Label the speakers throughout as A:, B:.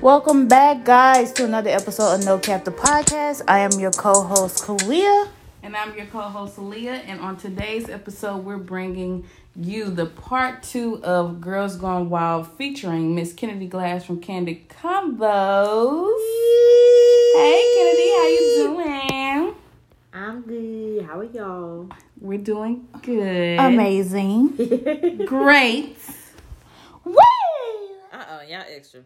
A: Welcome back, guys, to another episode of No Cap the Podcast. I am your co host, Kalia.
B: And I'm your co host, Leah. And on today's episode, we're bringing you the part two of Girls Gone Wild featuring Miss Kennedy Glass from Candid Combos. Hey, Kennedy, how you doing?
C: I'm good. How are y'all?
B: We're doing good.
A: Amazing.
B: Great.
A: Woo!
C: Uh oh, y'all extra.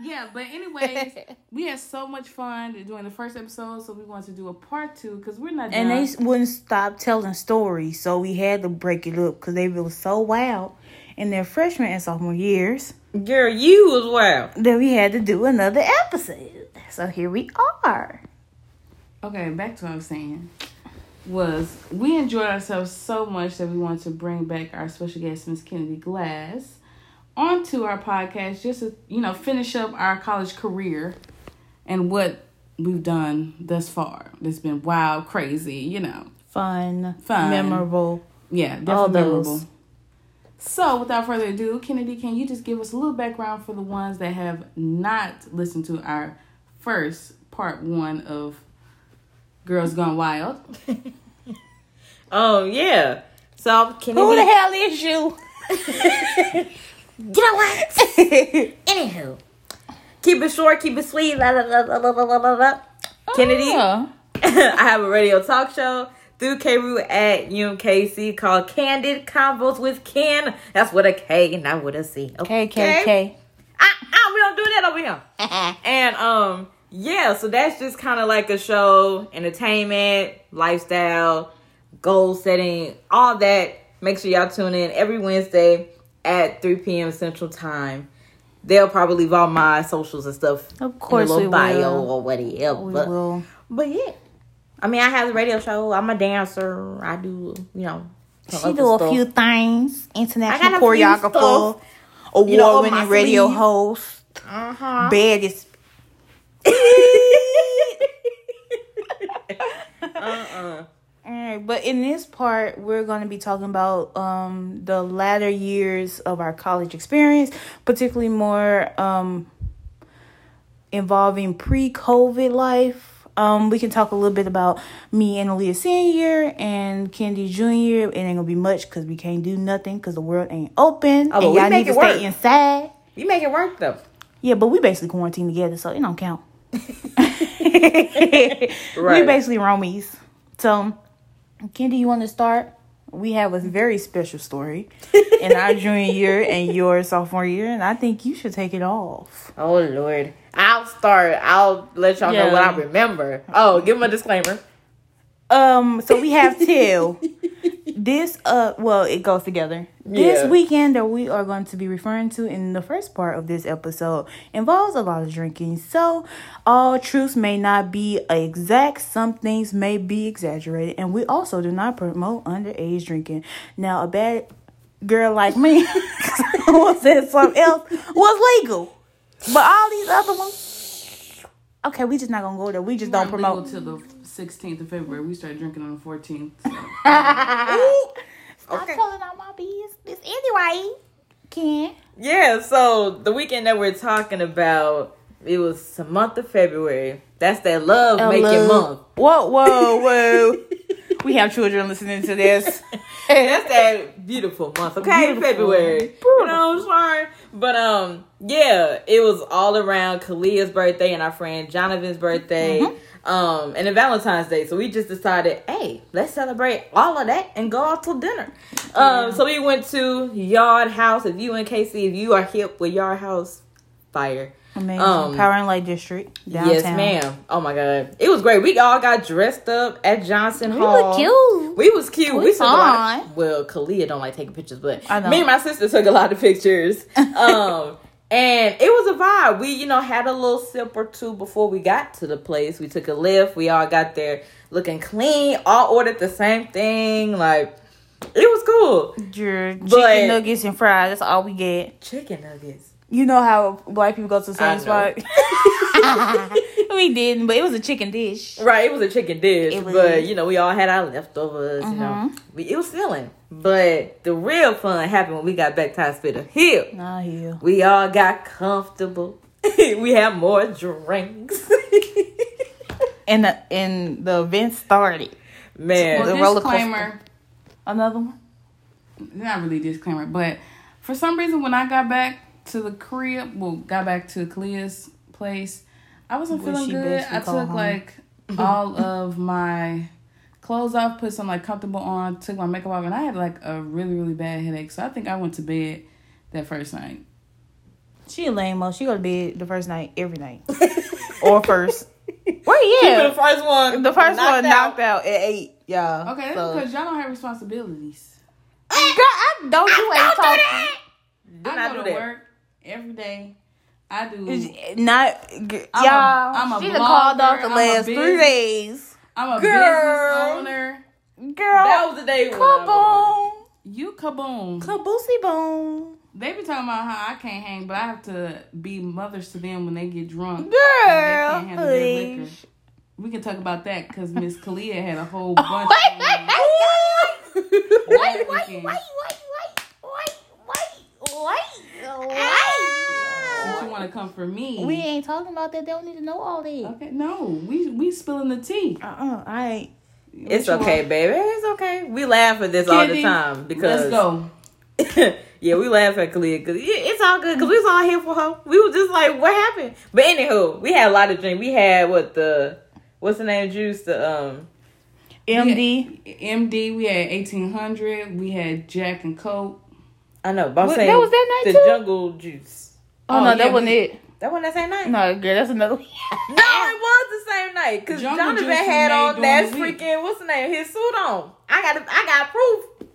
B: Yeah, but anyways, we had so much fun doing the first episode, so we wanted to do a part two because we're not
A: And
B: done.
A: they wouldn't stop telling stories, so we had to break it up because they were so wild in their freshman and sophomore years
C: Girl, you was wild.
A: that we had to do another episode. So here we are.
B: Okay, back to what I'm saying. Was we enjoyed ourselves so much that we wanted to bring back our special guest, Miss Kennedy Glass, onto our podcast just to, you know, finish up our college career and what we've done thus far. It's been wild, crazy, you know.
A: Fun,
B: Fun.
A: memorable.
B: Yeah, definitely
A: All those.
B: memorable. So, without further ado, Kennedy, can you just give us a little background for the ones that have not listened to our first part one of Girls Gone Wild?
C: Oh yeah. So can
A: Who
C: it
A: the hell is you?
C: You know what? Anywho, keep it short, keep it sweet. La la la la la la la la. la. Kennedy.
A: Yeah.
C: I have a radio talk show through KRU at UMKC called Candid Convos with Ken. That's with a K and not with a C. Okay.
A: KKK.
C: Ah, ah, we don't do that over here. and um yeah so that's just kind of like a show entertainment lifestyle goal setting all that make sure y'all tune in every wednesday at 3 p.m central time they'll probably leave all my socials and stuff
A: Of course
C: in the
A: we
C: little bio
A: will.
C: or whatever
A: We will.
C: but yeah i mean i have the radio show i'm a dancer i do you know some
A: She
C: other
A: do a
C: stuff.
A: few things.
C: I got
A: International
C: a few
A: choreographer,
C: stuff,
A: award
C: you know, up
A: winning
C: my
A: radio
C: sleeve.
A: host,
C: uh-huh
A: baddest.
C: uh-uh
A: Alright, but in this part, we're going to be talking about um, the latter years of our college experience, particularly more um, involving pre COVID life. Um, we can talk a little bit about me and Aaliyah senior year and Candy junior. It ain't gonna be much because we can't do nothing because the world ain't open.
C: Oh, but
A: and
C: we
A: y'all
C: make
A: need to
C: it work.
A: stay inside.
C: you make it work though
A: Yeah, but we basically quarantined together, so it don't count. We
C: Right.
A: basically Romies. So, Kendi, you want to start? We have a very special story in our junior year and your sophomore year, and I think you should take it off.
C: Oh Lord. I'll start. I'll let y'all
A: Yeah.
C: know what I remember. Oh, give them a disclaimer.
A: Um, so we have till this uh well, it goes together. This
C: Yeah.
A: weekend that we are going to be referring to in the first part of this episode involves a lot of drinking. So all truths may not be exact, some things may be exaggerated, and we also do not promote underage drinking. Now a bad girl like me was said something else was legal. But all these other ones Okay, we just not gonna go there. We just don't
B: We're legal
A: promote
B: till the 16th of February. We started drinking on the 14th.
A: I'm telling all my business anyway. Ken.
C: Yeah, so the weekend that we're talking about, it was the month of February. That's that love Oh, making month.
A: Whoa, whoa, whoa. we have children listening to this.
C: That's that beautiful month, okay? February. You know what I'm saying? But um, yeah, it was all around Kalia's birthday and our friend Jonathan's birthday.
A: Mm-hmm.
C: Um, and then Valentine's Day. So we just decided, hey, let's celebrate all of that and go out to dinner. Um, so we went to Yard House. If you and Casey, if you are hip with Yard House, fire.
A: Amazing.
C: Um,
A: Power and Light District. Downtown.
C: Yes, ma'am. Oh my god, it was great. We all got dressed up at Johnson
A: We
C: Hall.
A: look cute.
C: We was cute. We,
A: We
C: took a lot.
A: fine.
C: Of, well, Kalia don't like taking pictures, but
A: I know.
C: me and my sister took a lot of pictures. Um, and it was a vibe. We, you know, had a little sip or two before we got to the place. We took a lift. We all got there looking clean. All ordered the same thing. Like it was cool.
A: Your chicken
C: But-
A: nuggets and fries. That's all we get.
C: Chicken nuggets.
A: You know how black people go to the same
C: I know.
A: spot? we didn't, but it was a chicken dish.
C: Right, it was a chicken dish,
A: It was. Mm-hmm.
C: but you know we all had our leftovers. You know, we, it was filling. But the real fun happened when we got back to Hospital Hill.
A: Nah, here.
C: We all got comfortable. we have more drinks.
A: and the and the event started.
C: Man,
A: the
B: Well,
A: roller coaster.
B: disclaimer,
A: Another one.
B: not really disclaimer, but for some reason when I got back to the crib, well, got back to Clea's place, I wasn't
A: When
B: feeling
A: she
B: good.
A: bitched and
B: I
A: called
B: took
A: home.
B: like all of my clothes off, put some like comfortable on, took my makeup off, and I had like a really really bad headache. So I think I went to bed that first night.
A: She a lame mo. She go to bed the first night every night or first. Wait,
C: She
A: yeah,
C: was the first one.
A: the first
C: knocked
A: one
C: out.
A: knocked out at eight. Yeah.
B: Okay, that's
A: so.
B: because y'all don't have responsibilities.
A: Girl, I don't do ain't talking.
C: Did
B: I
C: not
B: go
C: do
B: to
C: that.
B: work every day. I do.
A: It's Not g-
B: I'm a-
A: y'all.
B: I'm a
A: she done called off
B: blogger,
A: the
B: I'm a
A: last three
B: business-
A: days.
B: I'm a
A: Girl.
B: business owner.
C: That
A: Girl,
C: was the day. when I was-
A: kaboom,
B: You kaboom.
A: kaboosie boom.
B: They be talking about how I can't hang, but I have to be mothers to them when they get drunk.
A: Girl,
B: And they can't handle their liquor.
A: please.
B: We can talk about that because Miss Kalia had a whole bunch.
A: Oh, Wait,
B: of
A: wait, wait, wait, wait, wait, wait,
B: weekend.
A: wait, wait, wait, wait.
B: Since you want to come for me,
A: We ain't talking about that. They don't need to know all that.
B: okay? No, we we spilling the tea.
A: Uh uh I ain't.
C: It's okay, baby. It's okay. We laugh at this all the
B: Kennedy,
C: time
B: Let's
C: because
B: go.
C: yeah, we laugh at Kalia because it's all good because we was all here for her. We was just like, what happened? But anywho, we had a lot of drink. We had what the what's the name juice? The um
A: MD.
B: MD. We had eighteen hundred. We had Jack and Coke.
C: I know, but I'm
A: What-
C: saying
A: that was that night
C: the
A: too?
C: jungle juice.
A: Oh,
B: Oh,
A: no,
B: yeah,
A: that wasn't
B: we-
A: it.
C: That one that same night? No,
A: No, girl, that's another one.
C: it was the same night because
B: Jungle
C: Jonathan
B: juice we
C: had
B: made
C: on
B: during
C: that
B: the week.
C: freaking what's the name his suit on. I got I got proof.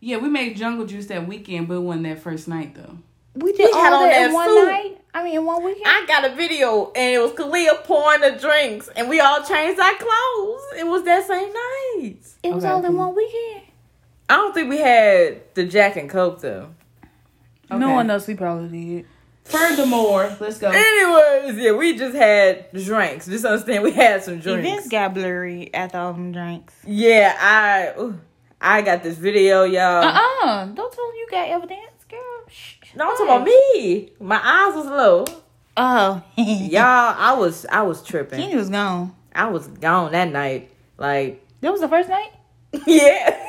B: Yeah, we made Jungle Juice that weekend, but it wasn't that first night though.
A: We did
C: We
A: all
C: had on
A: that,
C: that
A: in one
C: suit.
A: night. I mean, in one weekend.
C: I got a video and it was Kalia pouring the drinks and we all changed our clothes. It was that same night.
A: it was
B: Okay,
A: all in
B: cool.
A: one weekend.
C: I don't think we had the Jack and Coke though.
A: No
B: Okay.
A: one else. We probably did.
B: Furthermore, let's go.
C: Anyways, yeah, we just had drinks. Just understand we had some drinks.
A: Events got blurry after all them drinks.
C: yeah, I ooh, I got this video, y'all.
A: Uh uh-uh. uh. do not tell me you got evidence, girl. Shh.
C: No, I'm talking about me. My eyes was low.
A: Oh,
C: Y'all, I was I was tripping.
A: Kenny was gone.
C: I was gone that night. Like
A: That was the first night.
C: Yeah.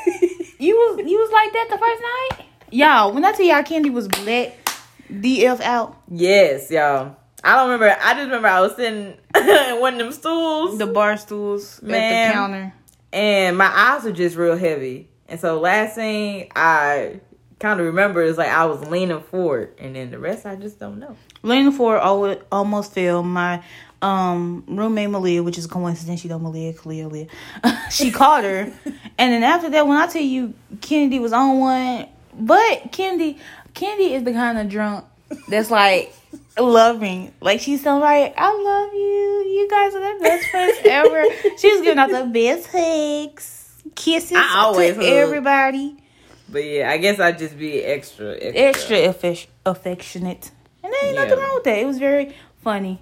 A: You was you was like that the first night. Y'all, when I tell y'all Candy was black, DF out
C: yes, y'all. I don't remember. I just remember I was sitting in one of them stools.
A: the bar stools at
C: Man.
A: the counter.
C: and my eyes were just real heavy. And so last thing I kind of remember is like I was leaning forward, and then the rest I just don't know.
A: Leaning forward always, almost fell. My um roommate Malia, which is a coincidence, she don't Malia, Kalia, Leah. she called her. And then after that, when I tell you Kennedy was on one, but Kennedy Kennedy is the kind of drunk that's like loving. Like she's so like, I love you. You guys are the best friends ever. she was giving out the best hugs, kisses
C: I always
A: to
C: hug.
A: everybody.
C: But yeah, I guess I'd just be extra, extra.
A: Extra affish- affectionate. And there ain't nothing
C: Yeah.
A: wrong with that. It was very funny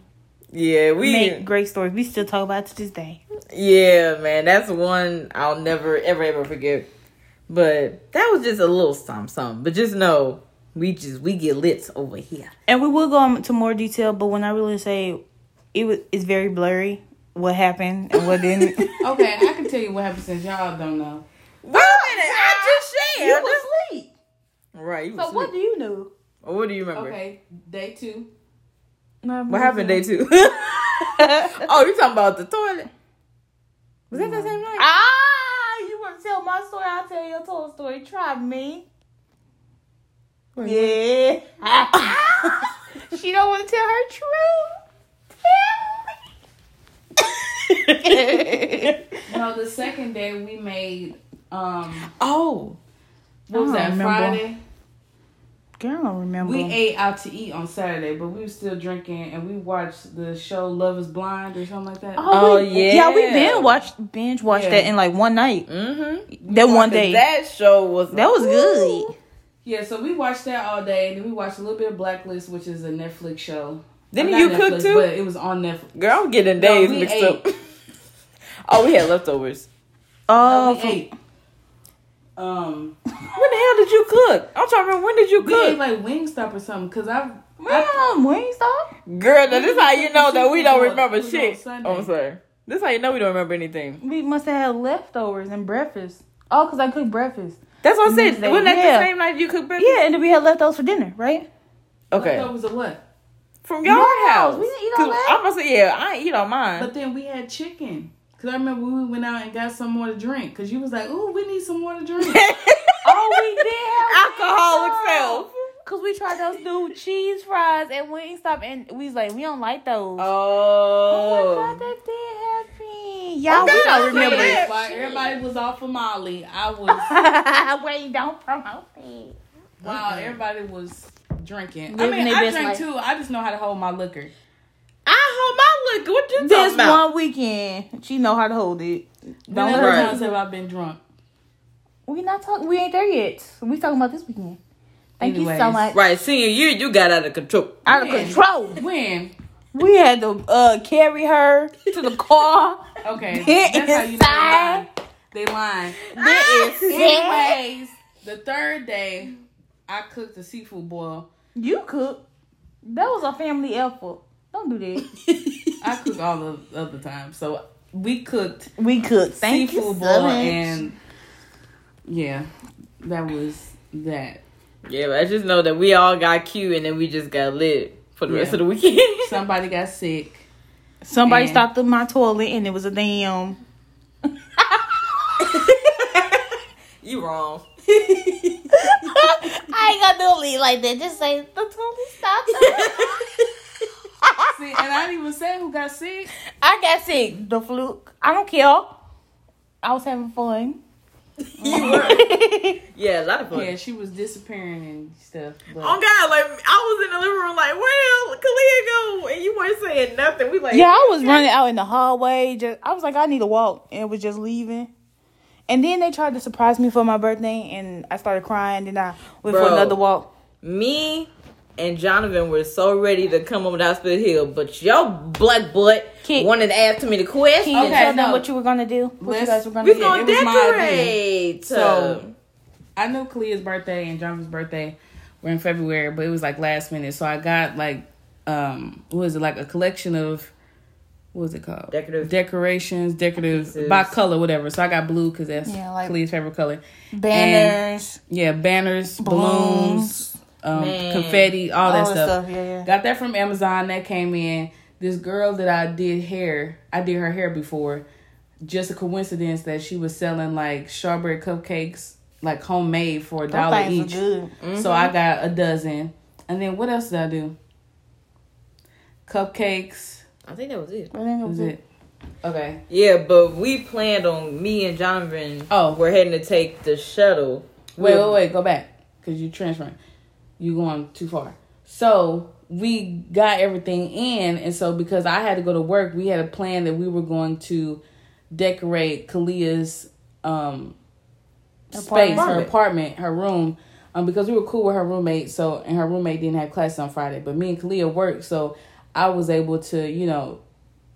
C: Yeah, we.
A: make great stories. We still talk about it to this day.
C: Yeah, man, that's one I'll never, ever, ever forget. But that was just a little something, something. But just know, we just we get lit over here.
A: And we will go into more detail, but when I really say it was, it's very blurry what happened and what didn't.
B: Okay, I can tell you what happened since y'all don't know.
C: Wait a
A: Ah,
C: minute, I just shared. I just-
A: asleep.
C: Right, you
A: So
C: was
A: what
C: what?
A: do you know?
C: What do you remember?
B: Okay, day two.
C: What happened day two? oh, you talking about the toilet? Was that the same night?
A: Ah, you want to tell my story? I'll tell your total story. Try me.
C: Yeah.
A: She don't want to tell her true.
B: No, the second day we made um
C: oh.
B: what was
A: I
B: that
A: don't remember.
B: Friday?
A: Girl, I don't remember.
B: We ate out to eat on Saturday, but we were still drinking and we watched the show Love is Blind or something like that.
A: Oh,
C: Oh,
A: yeah, yeah, we
C: yeah.
A: binge watched binge watched
B: Yeah.
A: that in like one night.
C: Mm-hmm.
A: That one day, that,
C: That show was
A: was good.
B: Yeah, so we watched that all day and then we watched a little bit of Blacklist, which is a Netflix show.
C: Didn't
B: Not
C: you cook
B: Netflix,
C: too?
B: But it was on Netflix.
C: Girl, I'm getting
B: No,
C: days
B: we
C: mixed
B: ate.
C: up. oh, we had leftovers.
A: Oh,
B: we
A: from-
B: ate. Um
C: When the hell did you cook? I'm trying to remember when did you
B: we ate
C: cook?
B: like Wingstop or something because I
A: We ain't on Wingstop.
C: Girl, now this how you know that we don't remember
B: It was on
C: shit.
B: Sunday.
C: Oh, I'm sorry. This how you know we don't remember anything.
A: We must have had leftovers and breakfast. Oh, because I cooked breakfast.
C: That's what I said.
A: Wednesday,
C: Wasn't that
A: yeah.
C: the same night you cooked breakfast?
A: Yeah, and then we had leftovers for dinner, right?
C: Okay.
B: Leftovers of what?
C: From your
A: Your house.
C: house.
A: We didn't eat all
C: 'Cause
A: that?
C: I'm gonna say yeah. I ain't eat on mine.
B: But then we had chicken. Cause I remember we went out and got some more to drink. Cause you was like, "Ooh, we need some more to
A: Oh,
B: drink."
A: we did. have
C: Alcoholic
A: Wingstop.
C: self.
A: Cause we tried those new cheese fries at Wingstop, and we was like, we don't like those. Oh my god,
C: Oh.
A: that did happen. Y'all, we
C: Okay,
A: don't
C: okay.
A: remember.
C: Yeah.
A: it.
B: While everybody was off of Molly, I was.
A: Wait, don't promote it.
B: Wow, everybody was drinking.
A: Living
B: I mean,
A: their
B: I
A: best
B: drank
A: life.
B: too. I just know how to hold my liquor.
C: I hold my liquor. What you
A: This
C: talking about?
A: one weekend, she know how to hold it.
B: Don't
A: Don't
B: ever
A: let
C: worry.
A: her
B: times have I been drunk.
A: We not talking. We ain't there yet. We talking about this weekend. Thank you so
B: Anyways.
A: much.
C: Right, senior year, you got out of control.
A: Out of
B: Yeah.
A: control.
B: When?
A: We had to uh, carry her to the car.
B: Okay,
A: Get
B: that's how you know
A: inside.
B: they lying. They lying.
A: That is sad.
B: Anyways, the third day, I cooked a seafood boil.
A: You cook. That was a family effort. Don't do that.
B: I cook all the other time, so we cooked
A: We cooked. Thank
B: seafood
A: you so
B: boil
A: much.
B: and yeah, that was that.
C: Yeah, but I just know that we all got cute and then we just got lit for the rest
B: Yeah.
C: of the weekend.
B: Somebody got sick.
A: Somebody
B: and-
A: stopped at my toilet and it was a damn.
C: you wrong.
A: I ain't got to leave like that. Just say the toilet stopped.
B: See, and I didn't even say who got sick.
A: I got sick. The fluke. I don't care. I was having fun.
C: You were. Yeah, a lot of fun.
B: Yeah, she was disappearing and stuff. But
C: Oh God! Like I was in the living room, like, "Well, Kalia go," and you weren't saying nothing. We like,
A: yeah, I was running out in the hallway. Just I was like, I need to walk, and was just leaving. And then they tried to surprise me for my birthday, and I started crying. Then I went for
C: Bro.
A: another walk.
C: Me and Jonathan were so ready to come over to Hospital Hill, but your black butt
A: Keep-
C: wanted to ask too many questions.
A: Can you
B: Okay,
A: tell them
B: no.
A: what you were gonna do? What you
B: Let's-
A: guys were gonna
C: We're
A: do?
B: Yeah,
C: gonna
B: it was my
C: decorate. uh,
B: So- I knew Kalia's birthday and Jonathan's birthday were in February, but it was like last minute. So I got like um what was it like a collection of what was it called?
C: Decorative.
B: decorations, decorative
C: Pieces.
B: by color, whatever. So I got blue because that's
A: Yeah, like-
B: Kalia's favorite color.
A: Banners,
B: Yeah, banners, balloons, um,
C: Man.
B: confetti, all, that,
A: all that
B: stuff.
A: stuff. Yeah, yeah.
B: Got that from Amazon. That came in. This girl that I did hair, I did her hair before. Just a coincidence that she was selling like strawberry cupcakes, like homemade for a dollar
A: Those
B: each.
A: things are good. Mm-hmm.
B: So I got a dozen. And then what else did I do? Cupcakes.
C: I think that was it.
A: But then it
B: That
A: was
B: was
A: good.
B: it. Okay.
C: Yeah, but we planned on me and Jonathan.
B: Oh.
C: we're heading to take the shuttle.
B: Wait, wait, wait. Go back. Because you transferring. You going too far. So we got everything in. And so because I had to go to work, we had a plan that we were going to decorate Kalia's um, space, her
C: Apartment.
B: apartment, her room. Um, because we were cool with her roommate, so and her roommate didn't have class on Friday, but me and Kalia worked, so I was able to, you know,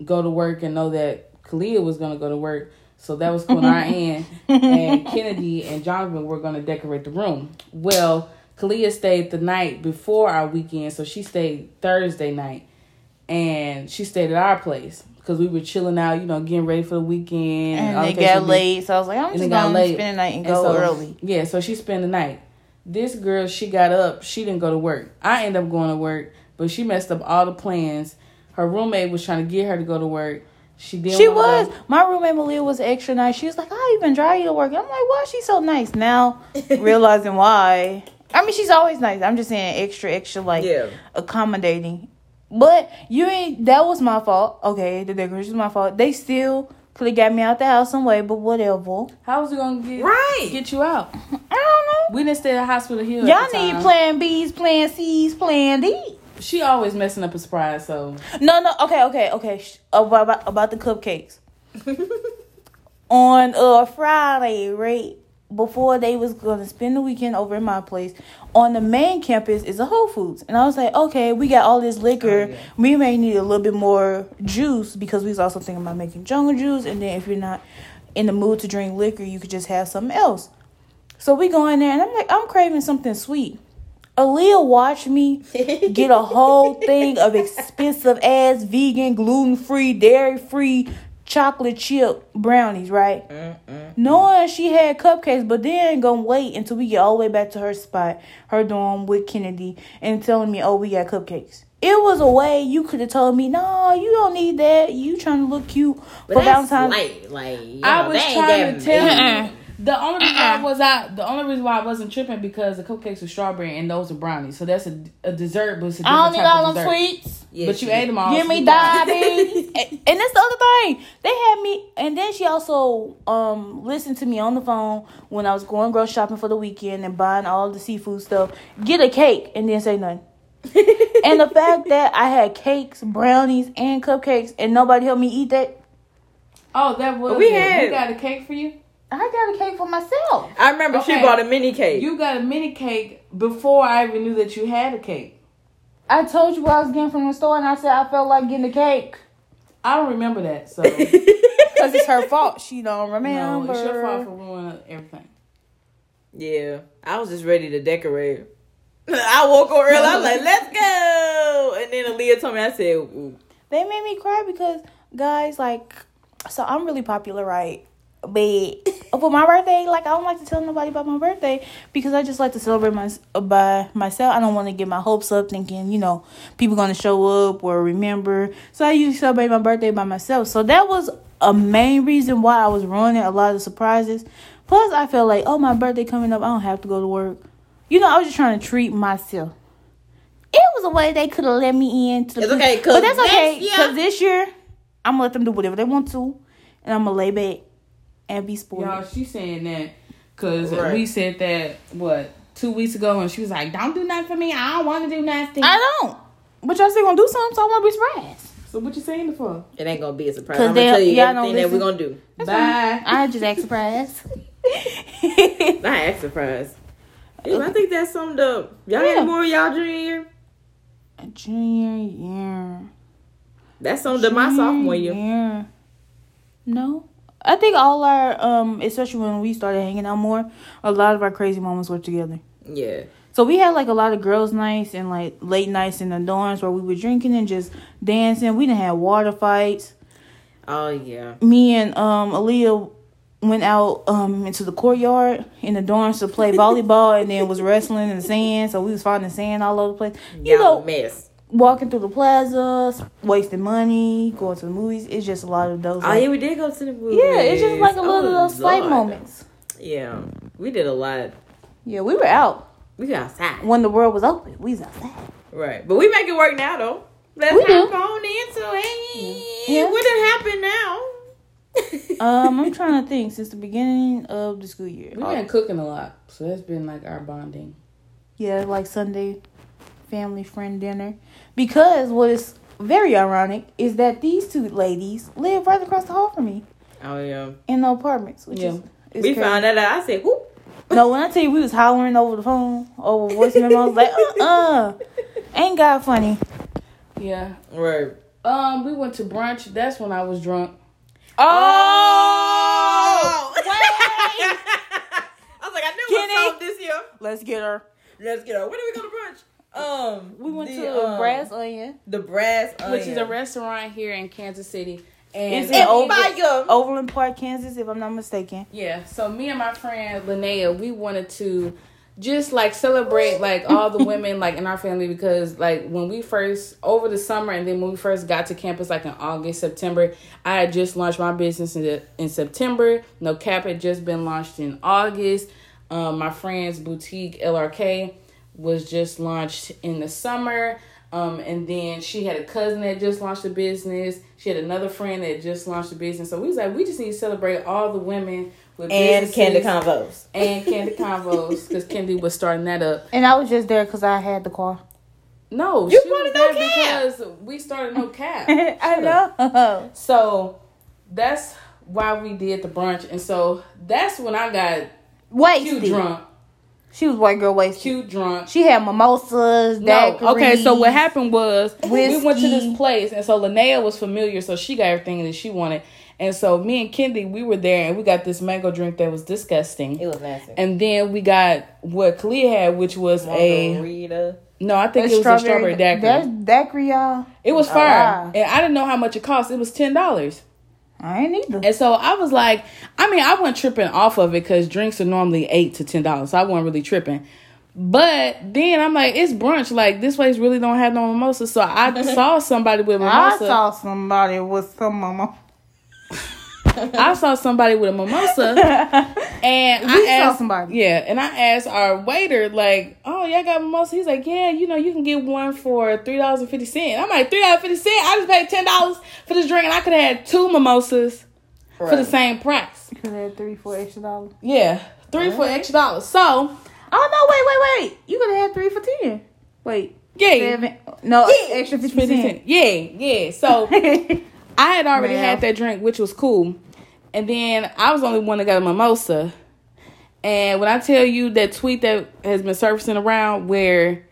B: go to work and know that Kalia was gonna go to work. So that was cool on our end. And Kennedy and Jonathan were gonna decorate the room. Well, Kalia stayed the night before our weekend, so she stayed Thursday night. And she stayed at our place because we were chilling out, you know, getting ready for the weekend.
A: And
B: all the
A: it
B: case
A: got
B: may be.
A: late, so I was like, I'm
B: And it
A: just
B: got
A: gonna
B: late.
A: spend the night and
B: And
A: go
B: so-
A: early.
B: Yeah, so she spent the night. This girl, she got up. She didn't go to work. I end up going to work, but she messed up all the plans. Her roommate was trying to get her to go to work. She did.
A: She was. My roommate Malia was extra nice. She was like, I even drive you to work. I'm like, why she's so nice? Now realizing why. I mean, she's always nice. I'm just saying extra, extra like
C: Yeah.
A: accommodating. But you ain't. That was my fault. Okay, the decoration was my fault. They still could have got me out the house some way, but whatever.
B: How was it gonna get
C: Right.
B: get you out?
A: I don't know.
B: We didn't stay at Hospital Hill.
A: Y'all
B: at the
A: need
B: time.
A: plan B's, plan C's, plan D.
B: She always messing up a surprise. So
A: No, no. Okay, okay, okay. Sh- About about, about the cupcakes. on uh Friday, right before they was gonna spend the weekend over at my place, on the main campus is a Whole Foods, and I was like, okay, we got all this liquor.
B: Oh, yeah.
A: We may need a little bit more juice because we was also thinking about making jungle juice, and then if you're not in the mood to drink liquor, you could just have something else. So we go in there, and I'm like, I'm craving something sweet. Aaliyah watched me get a whole thing of expensive ass vegan, gluten free, dairy free chocolate chip brownies, right? Knowing she had cupcakes, but then gonna wait until we get all the way back to her spot, her dorm with Kennedy, and telling me, oh, we got cupcakes. It was a way you could have told me, no, you don't need that. You trying to look cute
C: But
A: for
C: that's
A: Valentine's.
C: late. Like you know,
B: I was
C: they ain't
B: trying
C: that
B: to tell
C: big.
B: you. The only reason why I was I the only reason why I wasn't tripping because the cupcakes were strawberry and those are brownies, so that's a, a dessert, but it's a different
A: I don't need
B: type
A: all
B: of
A: them
B: dessert.
A: sweets.
C: Yeah,
B: but you
C: she-
B: ate them all.
A: Give
B: so
A: me
B: you got-
A: diabetes. and and that's the other thing. They had me, and then she also um listened to me on the phone when I was going grocery shopping for the weekend and buying all the seafood stuff. Get a cake and then say nothing. and the fact that I had cakes, brownies, and cupcakes, and nobody helped me eat that,
B: Oh, that was
C: We
B: it.
C: had-
B: You got a cake for you.
A: I got a cake for myself.
C: I remember she
B: Okay.
C: bought a mini cake.
B: You got a mini cake before I even knew that you had a cake.
A: I told you what I was getting from the store, and I said I felt like getting a cake.
B: I don't remember that, so
A: Because it's her fault. She don't
B: no,
A: remember.
B: it's your fault for ruining everything.
C: yeah, I was just ready to decorate. I woke up early. I was like, "Let's go!" And then Aaliyah told me, "I said, Ooh.
A: They made me cry because guys like so I'm really popular, right? But for my birthday, like I don't like to tell nobody about my birthday because I just like to celebrate my by myself. I don't want to get my hopes up thinking, you know, people gonna show up or remember. So I usually celebrate my birthday by myself. So that was a main reason why I was ruining a lot of surprises. Plus I felt like, oh my birthday coming up, I don't have to go to work. You know, I was just trying to treat myself. It was a way they could have let me in to the
C: "It's okay." Cause
A: but that's okay
C: next year-
A: because this year I'm gonna let them do whatever they want to, and I'm gonna lay back and be spoiled.
B: Y'all, she saying that because
C: Right.
B: we said that what two weeks ago, and she was like, "Don't do nothing for me. I don't want to do nothing."
A: I don't, but y'all still gonna do something, so I wanna be surprised.
B: so what you saying it for?
C: it ain't gonna be a surprise.
A: 'Cause
C: I'm
A: they-
C: gonna tell you
A: y'all
C: everything
A: don't
C: that we're
A: listen.
C: gonna do.
B: Bye.
A: I just act surprised.
C: Not act surprise. Dude, I think that summed up. Y'all
A: Uh, Yeah.
C: had more of y'all junior year.
A: Junior year,
C: That summed up my sophomore year.
A: year. No, I think all our um, especially when we started hanging out more, a lot of our crazy moments were together.
C: Yeah.
A: So we had like a lot of girls' nights and like late nights in the dorms where we were drinking and just dancing. We didn't have water fights.
C: Oh yeah.
A: me and um Aaliyah went out um into the courtyard in the dorms to play volleyball and then was wrestling in the sand. So we was finding sand all over the place. You
C: Y'all
A: know,
C: mess.
A: walking through the plazas, wasting money, going to the movies. It's just a lot of those.
C: Oh
A: like-
C: yeah, we did go to the movies.
A: yeah, it's just like a
C: Oh,
A: little those slight
C: Lord.
A: moments.
C: Yeah, we did a lot.
A: Yeah, we were out
C: We got outside.
A: when the world was open. We was outside.
C: Right, but we make it work now though. Let's
A: We
C: hop
A: do.
C: on into it.
A: Yeah.
C: What done happened now?
A: Um, I'm trying to think since the beginning of the school year.
B: We've been cooking a lot, so that's been like our bonding.
A: Yeah, like Sunday family friend dinner. Because what is very ironic is that these two ladies live right across the hall from me
C: oh yeah,
A: in the apartments, which
B: Yeah.
A: is, is
C: we
A: crazy.
C: found that out. I said, "Whoop."
A: No, when I tell you we was hollering over the phone, over voice memo, I was like, uh uh ain't God funny.
B: Yeah.
C: Right.
B: Um, we went to brunch. That's when I was drunk.
A: Uh,
B: Oh!
C: Oh! I was like, I knew
A: Kenny.
C: what's up this year.
A: Let's get her.
C: Let's get on. Where did we go to brunch? Um,
A: We went
C: the,
A: to
B: uh,
C: um,
A: Brass Onion.
C: the brass,
B: which is a
C: onion.
B: restaurant here in Kansas City. And
A: Is it
C: And
A: open?
C: fire.
A: Overland Park, Kansas, if I'm not mistaken.
B: yeah, so me and my friend Linnea, we wanted to just like celebrate like all the women like in our family because like when we first over the summer and then when we first got to campus like in August September I had just launched my business in, the, in September no cap had just been launched in August um, my friend's boutique LRK was just launched in the summer. Um, and then she had a cousin that just launched a business. She had another friend that just launched a business. So we was like, we just need to celebrate all the women with
C: and candy
B: businesses
C: convos.
B: and Candy Convos because Candy was starting that up.
A: And I was just there because I had the car.
B: No,
C: You
B: she was
C: wanted
B: there
C: no cap.
B: because we started no cap.
A: I
B: Shut up.
A: know.
B: So that's why we did the brunch. And so that's when I got
A: Wasted.
B: cute drunk,
A: She was white girl wasted.
B: cute drunk,
A: She had mimosas.
B: No,
A: daiquiris.
B: okay. So what happened was we went to
A: Whiskey.
B: this place, and so Linnea was familiar, so she got everything that she wanted. And so me and Kendi, we were there and we got this mango drink that was disgusting.
C: It was nasty.
B: And then we got what Kalia had, which was a
C: Margarita.
B: no, I think it was a strawberry daiquiri.
A: That's daiquiri, y'all.
B: it was fire,
A: wow.
B: and I didn't know how much it cost. It was ten dollars,
A: I ain't either.
B: and so I was like, I mean, I wasn't tripping off of it because drinks are normally eight to ten dollars, so I wasn't really tripping. But then I'm like, it's brunch. Like this place really don't have no mimosas. So I saw somebody with a
A: I
B: mimosa.
A: saw somebody with some mama.
B: I saw somebody with a mimosa, and I
A: We saw
B: asked
A: somebody.
B: Yeah, and I asked our waiter, like, "Oh, y'all got mimosa?" He's like, "Yeah, you know, you can get one for three dollars and fifty cent." I'm like, three dollars fifty cent? I just paid ten dollars for this drink, and I could have had two mimosas for the same price.
A: Could have three, four extra dollars.
B: Yeah, three for extra dollars. So
A: Oh no! Wait, wait, wait! You could have had three for ten. Wait,
B: yeah,
A: seven? No,
B: Yeah.
A: extra fifty
B: 50
A: cents.
B: cent. yeah, yeah. So I had already
A: Well.
B: had that drink, which was cool. And then I was the only one that got a mimosa. And when I tell you that tweet that has been surfacing around where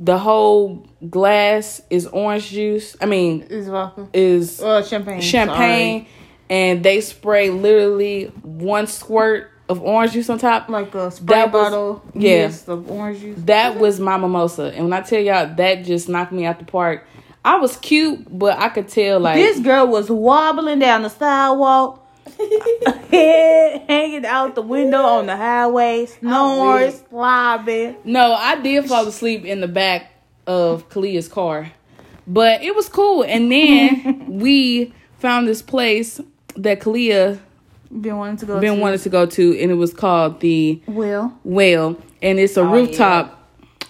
B: the whole glass is orange juice, I mean,
A: Is vodka?
B: is
A: Well, champagne.
B: champagne, and they spray literally one squirt of orange juice on top.
A: sorry. like a spray
B: That was-
A: bottle.
B: yeah.
A: yes, of orange juice.
B: That was my mimosa. And when I tell y'all, that just knocked me out the park. I was cute, but I could tell, like,
A: This girl was wobbling down the sidewalk, head hanging out the window on the highway, snoring, slobbing.
B: No, I did fall asleep in the back of Kalia's car, but it was cool. And then we found this place that Kalia
A: Been wanting to go.
B: been
A: to
B: wanted to go to, and it was called the
A: Will
B: Whale, and it's a rooftop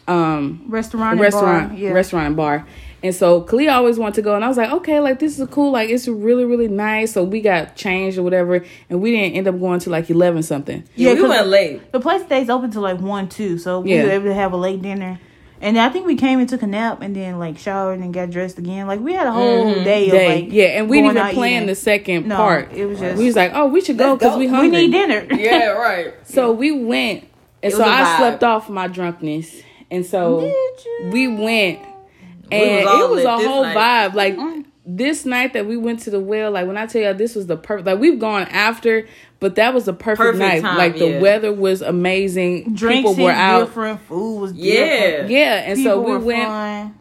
B: um,
A: restaurant. and
B: restaurant,
A: bar, Yeah.
B: restaurant and bar. And so Kalia always wanted to go, and I was like, okay, like this is cool, like it's really really nice. So we got changed or whatever, and we didn't end up going to like eleven something.
C: Yeah, we
A: 'cause
C: went late.
A: The place stays open till like one, two, so we
B: Yeah.
A: were able to have a late dinner. And I think we came and took a nap, and then like showered and got dressed again. Like we had a whole day of
B: Mm-hmm. Day.
A: like
B: yeah, and we didn't
A: going
B: even
A: out
B: plan
A: eating.
B: the second
A: No,
B: part.
A: it was just-
B: we was like, oh, we should go
C: Let's
B: because
C: go.
B: we
C: We
A: We
B: hungry.
A: need dinner.
C: Yeah, right.
B: So we went, and
C: It
B: so
C: was a
B: I
C: vibe.
B: slept off my drunkenness, and so we went, and
C: all
B: it was
C: lit
B: a
C: this
B: whole
C: night. Mm.
B: vibe. Like this night that we went to the well, like when I tell y'all, this was the perfect. Like we've gone after, but that was the perfect,
C: Perfect
B: night.
C: time,
B: like the
C: yeah.
B: weather was amazing.
A: Drinks
B: People were
A: is
B: out.
A: different. Food was
C: Yeah.
A: different.
B: Yeah, and
A: People
B: so we
A: were
B: went
A: fun.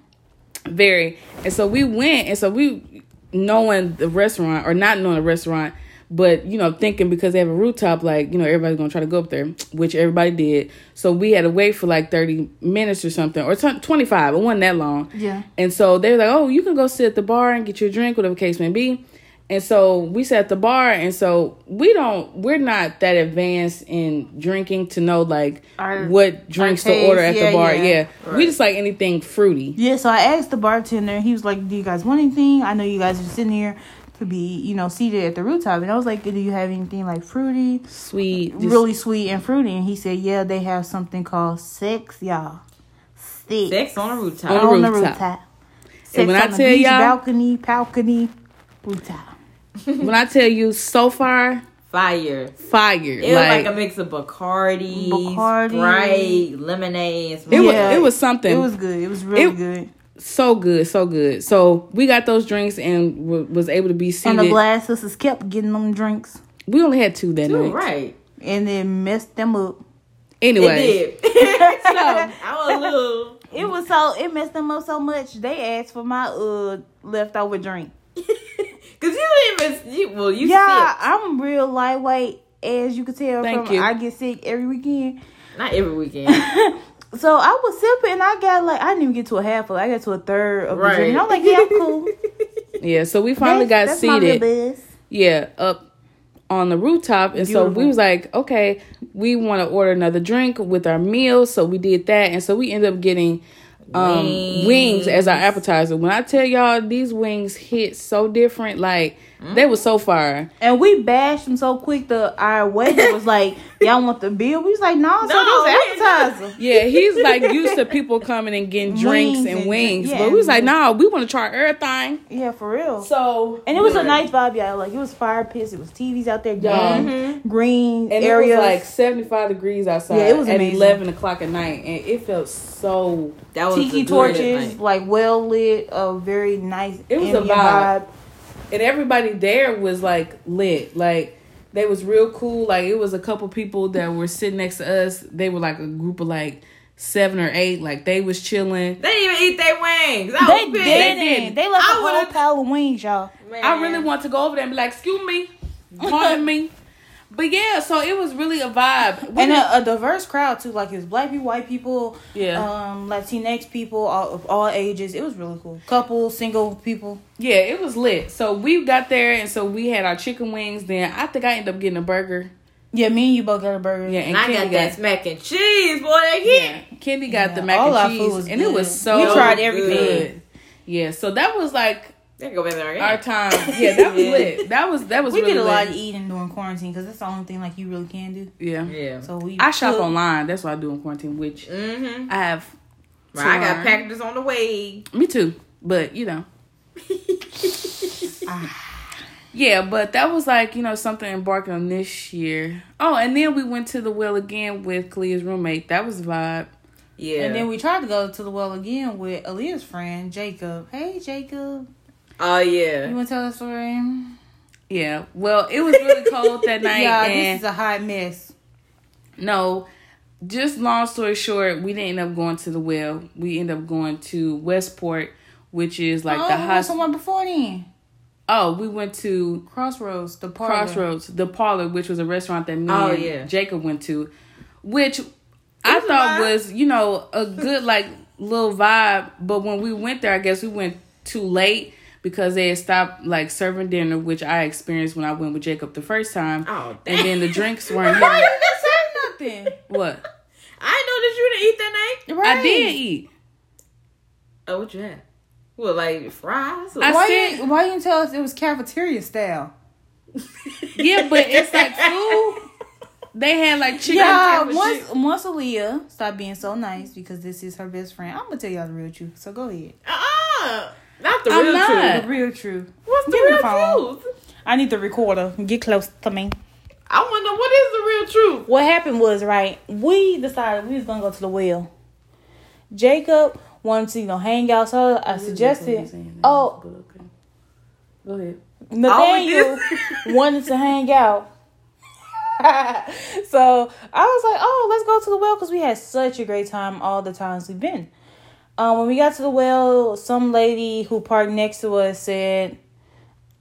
B: very, and so we went, and so we knowing the restaurant or not knowing the restaurant. But you know, thinking because they have a rooftop, like you know, everybody's gonna try to go up there, which everybody did. So we had to wait for like thirty minutes or something, or twenty five. It wasn't that long.
A: Yeah.
B: And so they're like, "Oh, you can go sit at the bar and get your drink, whatever the case may be." And so we sat at the bar, and so we don't, we're not that advanced in drinking to know like
A: Our-
B: what drinks to
A: taste,
B: order at
A: yeah,
B: the bar.
A: yeah.
B: Yeah, we just like anything fruity.
A: Yeah, so I asked the bartender. He was like, "Do you guys want anything? I know you guys are sitting here to be, you know, seated at the rooftop." And I was like, "Do you have anything like fruity,
B: sweet, just
A: really sweet and fruity?" And he said, "Yeah, they have something called sex, y'all. Six.
C: Sex on a rooftop.
B: On a
A: on the
B: rooftop.
A: rooftop. Sex
B: And when I
A: on the
B: tell
A: beach,
B: y'all-
A: balcony, balcony, rooftop.
B: when I tell you so far
C: Fire.
B: fire,
C: It
B: like,
C: was like a mix of Bacardi,
A: Bacardi.
C: Sprite, lemonade. and some-
B: It was- it was something.
A: It was good. It was really
B: It-
A: good.
B: so good, so good. So we got those drinks and w- was able to be
A: And
B: seated.
A: the glass sisters kept getting them drinks,
B: we only had two that
C: Dude,
B: night.
C: right.
A: and it messed them up.
B: Anyway,
C: It did.
B: so
C: I was a little.
A: It was so it messed them up so much. They asked for my uh leftover drink.
C: Cause you didn't even you, well you
A: Yeah, I'm real lightweight, as you can tell.
B: Thank
A: from
B: you.
A: I get sick every weekend,
C: sip not every weekend.
A: so I was sipping. and I got like I didn't even get to a half of. it. I got to a third of the
C: Right.
A: drink. And I'm like, yeah, I'm cool.
B: yeah, so we finally
A: that's,
B: got
A: that's my little
B: seated.
A: buzz.
B: Yeah, up on the rooftop, and so we
A: Beautiful.
B: was like, okay, we want to order another drink with our meal. So we did that, and so we ended up getting. Um, wings.
C: Wings.
B: as our appetizer. When I tell y'all these wings hit so different, like they were so fire.
A: And we bashed them so quick. The our waiter was like, "Y'all want the bill?" We was like, "No, so
C: No,
A: this
C: we-
A: appetizer."
B: Yeah, he's like used to people coming and getting drinks
A: Wings
B: and,
A: and
B: wings,
A: drink-
B: but
A: yeah.
B: we was like, nah, we want to try everything.
A: Yeah, for real.
B: So
A: and it was a nice vibe, y'all. Like it was fire pits. It was TVs out there,
B: Yeah.
A: green,
C: Mm-hmm.
A: green
B: and
A: areas.
B: it was like seventy five degrees outside.
A: Yeah, it was
B: at
A: amazing.
B: eleven o'clock at night, and it felt so.
C: That was a
A: tiki
C: good
A: torches,
C: night.
A: like well lit, a very nice.
B: It was a
A: ambient
B: vibe. and everybody there was like lit. Like they was real cool. Like it was a couple people that were sitting next to us. They were like a group of like seven or eight. Like they was chilling.
C: They didn't even eat their wings. I
A: They
C: was pissed.
A: didn't. They left a
C: I
A: whole
C: would've-
A: pile of wings, y'all.
C: Man.
B: I really want to go over there and be like, excuse me, pardon me. But yeah, so it was really a vibe. We
A: and
B: didn't-
A: a, a diverse crowd too. Like it was black people, white people,
B: Yeah.
A: um, Latinx people, all of all ages. It was really cool. Couple, single people.
B: yeah, it was lit. So we got there and so we had our chicken wings. Then I think I ended up getting a burger.
A: Yeah, me and you both got a burger.
B: Yeah, and
C: I
B: Kenny
C: got that mac and cheese, boy. That
B: Yeah,
C: yeah.
B: Kendi got
A: Yeah,
B: the mac
A: all our
B: and
A: food
B: cheese,
A: was
B: and it was
A: good.
B: so
A: We tried
C: everything.
B: good. Yeah, so that was like
C: They go back there.
B: our
C: Yeah.
B: time. Yeah, that was
C: Yeah.
B: lit. That was that was.
A: we
B: really
A: did a lot
B: lit.
A: of eating during quarantine because that's the only thing like you really can do.
B: Yeah.
C: yeah.
A: So we
B: I shop
A: cooked.
B: online. That's what I do in quarantine, which
C: Mm-hmm.
B: I have.
C: Right, I got
B: learn.
C: packages on the way.
B: Me too, but you know. Yeah, but that was like you know something embarking on this year. Oh, and then we went to the well again with Clea's roommate. That was a vibe.
C: Yeah.
A: And then we tried to go to the well again with Aaliyah's friend Jacob. Hey Jacob,
C: oh yeah.
A: you want to tell that story?
B: Yeah. Well, it was really cold that night.
A: yeah,
B: and
A: this is a hot mess.
B: No, just long story short, we didn't end up going to the well. We end up going to Westport, which is like
A: oh,
B: the
A: we went
B: hospital.
A: somewhere before then.
B: Oh, we went to
A: Crossroads, the parlor.
B: Crossroads, the parlor, which was a restaurant that me
C: Oh,
B: and
C: yeah.
B: Jacob went to, which I
C: was a
B: thought
C: vibe.
B: was you know a good like little vibe. But when we went there, I guess we went too late. Because they had stopped like serving dinner, which I experienced when I went with Jacob the first time,
C: Oh,
B: and then the drinks weren't.
A: Why
B: here.
A: you just say nothing?
B: What
C: I didn't know that you didn't eat that night.
A: Right.
B: I did eat.
C: Oh, what you had? Well, like fries. Or
B: I
A: Why
B: said-
A: you why you didn't tell us it was cafeteria style?
B: Yeah, but it's like food. They had like chicken.
A: Yeah,
B: type of
A: once
B: shit.
A: once Aaliyah stop being so nice because this is her best friend. I'm gonna tell y'all the real truth. So go ahead.
C: Uh-uh. Not the
B: I'm
C: real
B: not.
C: truth.
A: The real truth.
C: What's the
A: Give me the
C: real
A: phone.
C: truth?
A: I need the recorder. Get close to me.
C: I wonder what is the real truth.
A: What happened was right. We decided we was gonna go to the well. Jacob wanted to you know hang out, so I suggested. Oh,
B: But okay. Go ahead.
A: Nathaniel
C: Oh,
A: wanted to hang out. so I was like, oh, let's go to the well because we had such a great time all the times we've been. Um, when we got to the well, some lady who parked next to us said,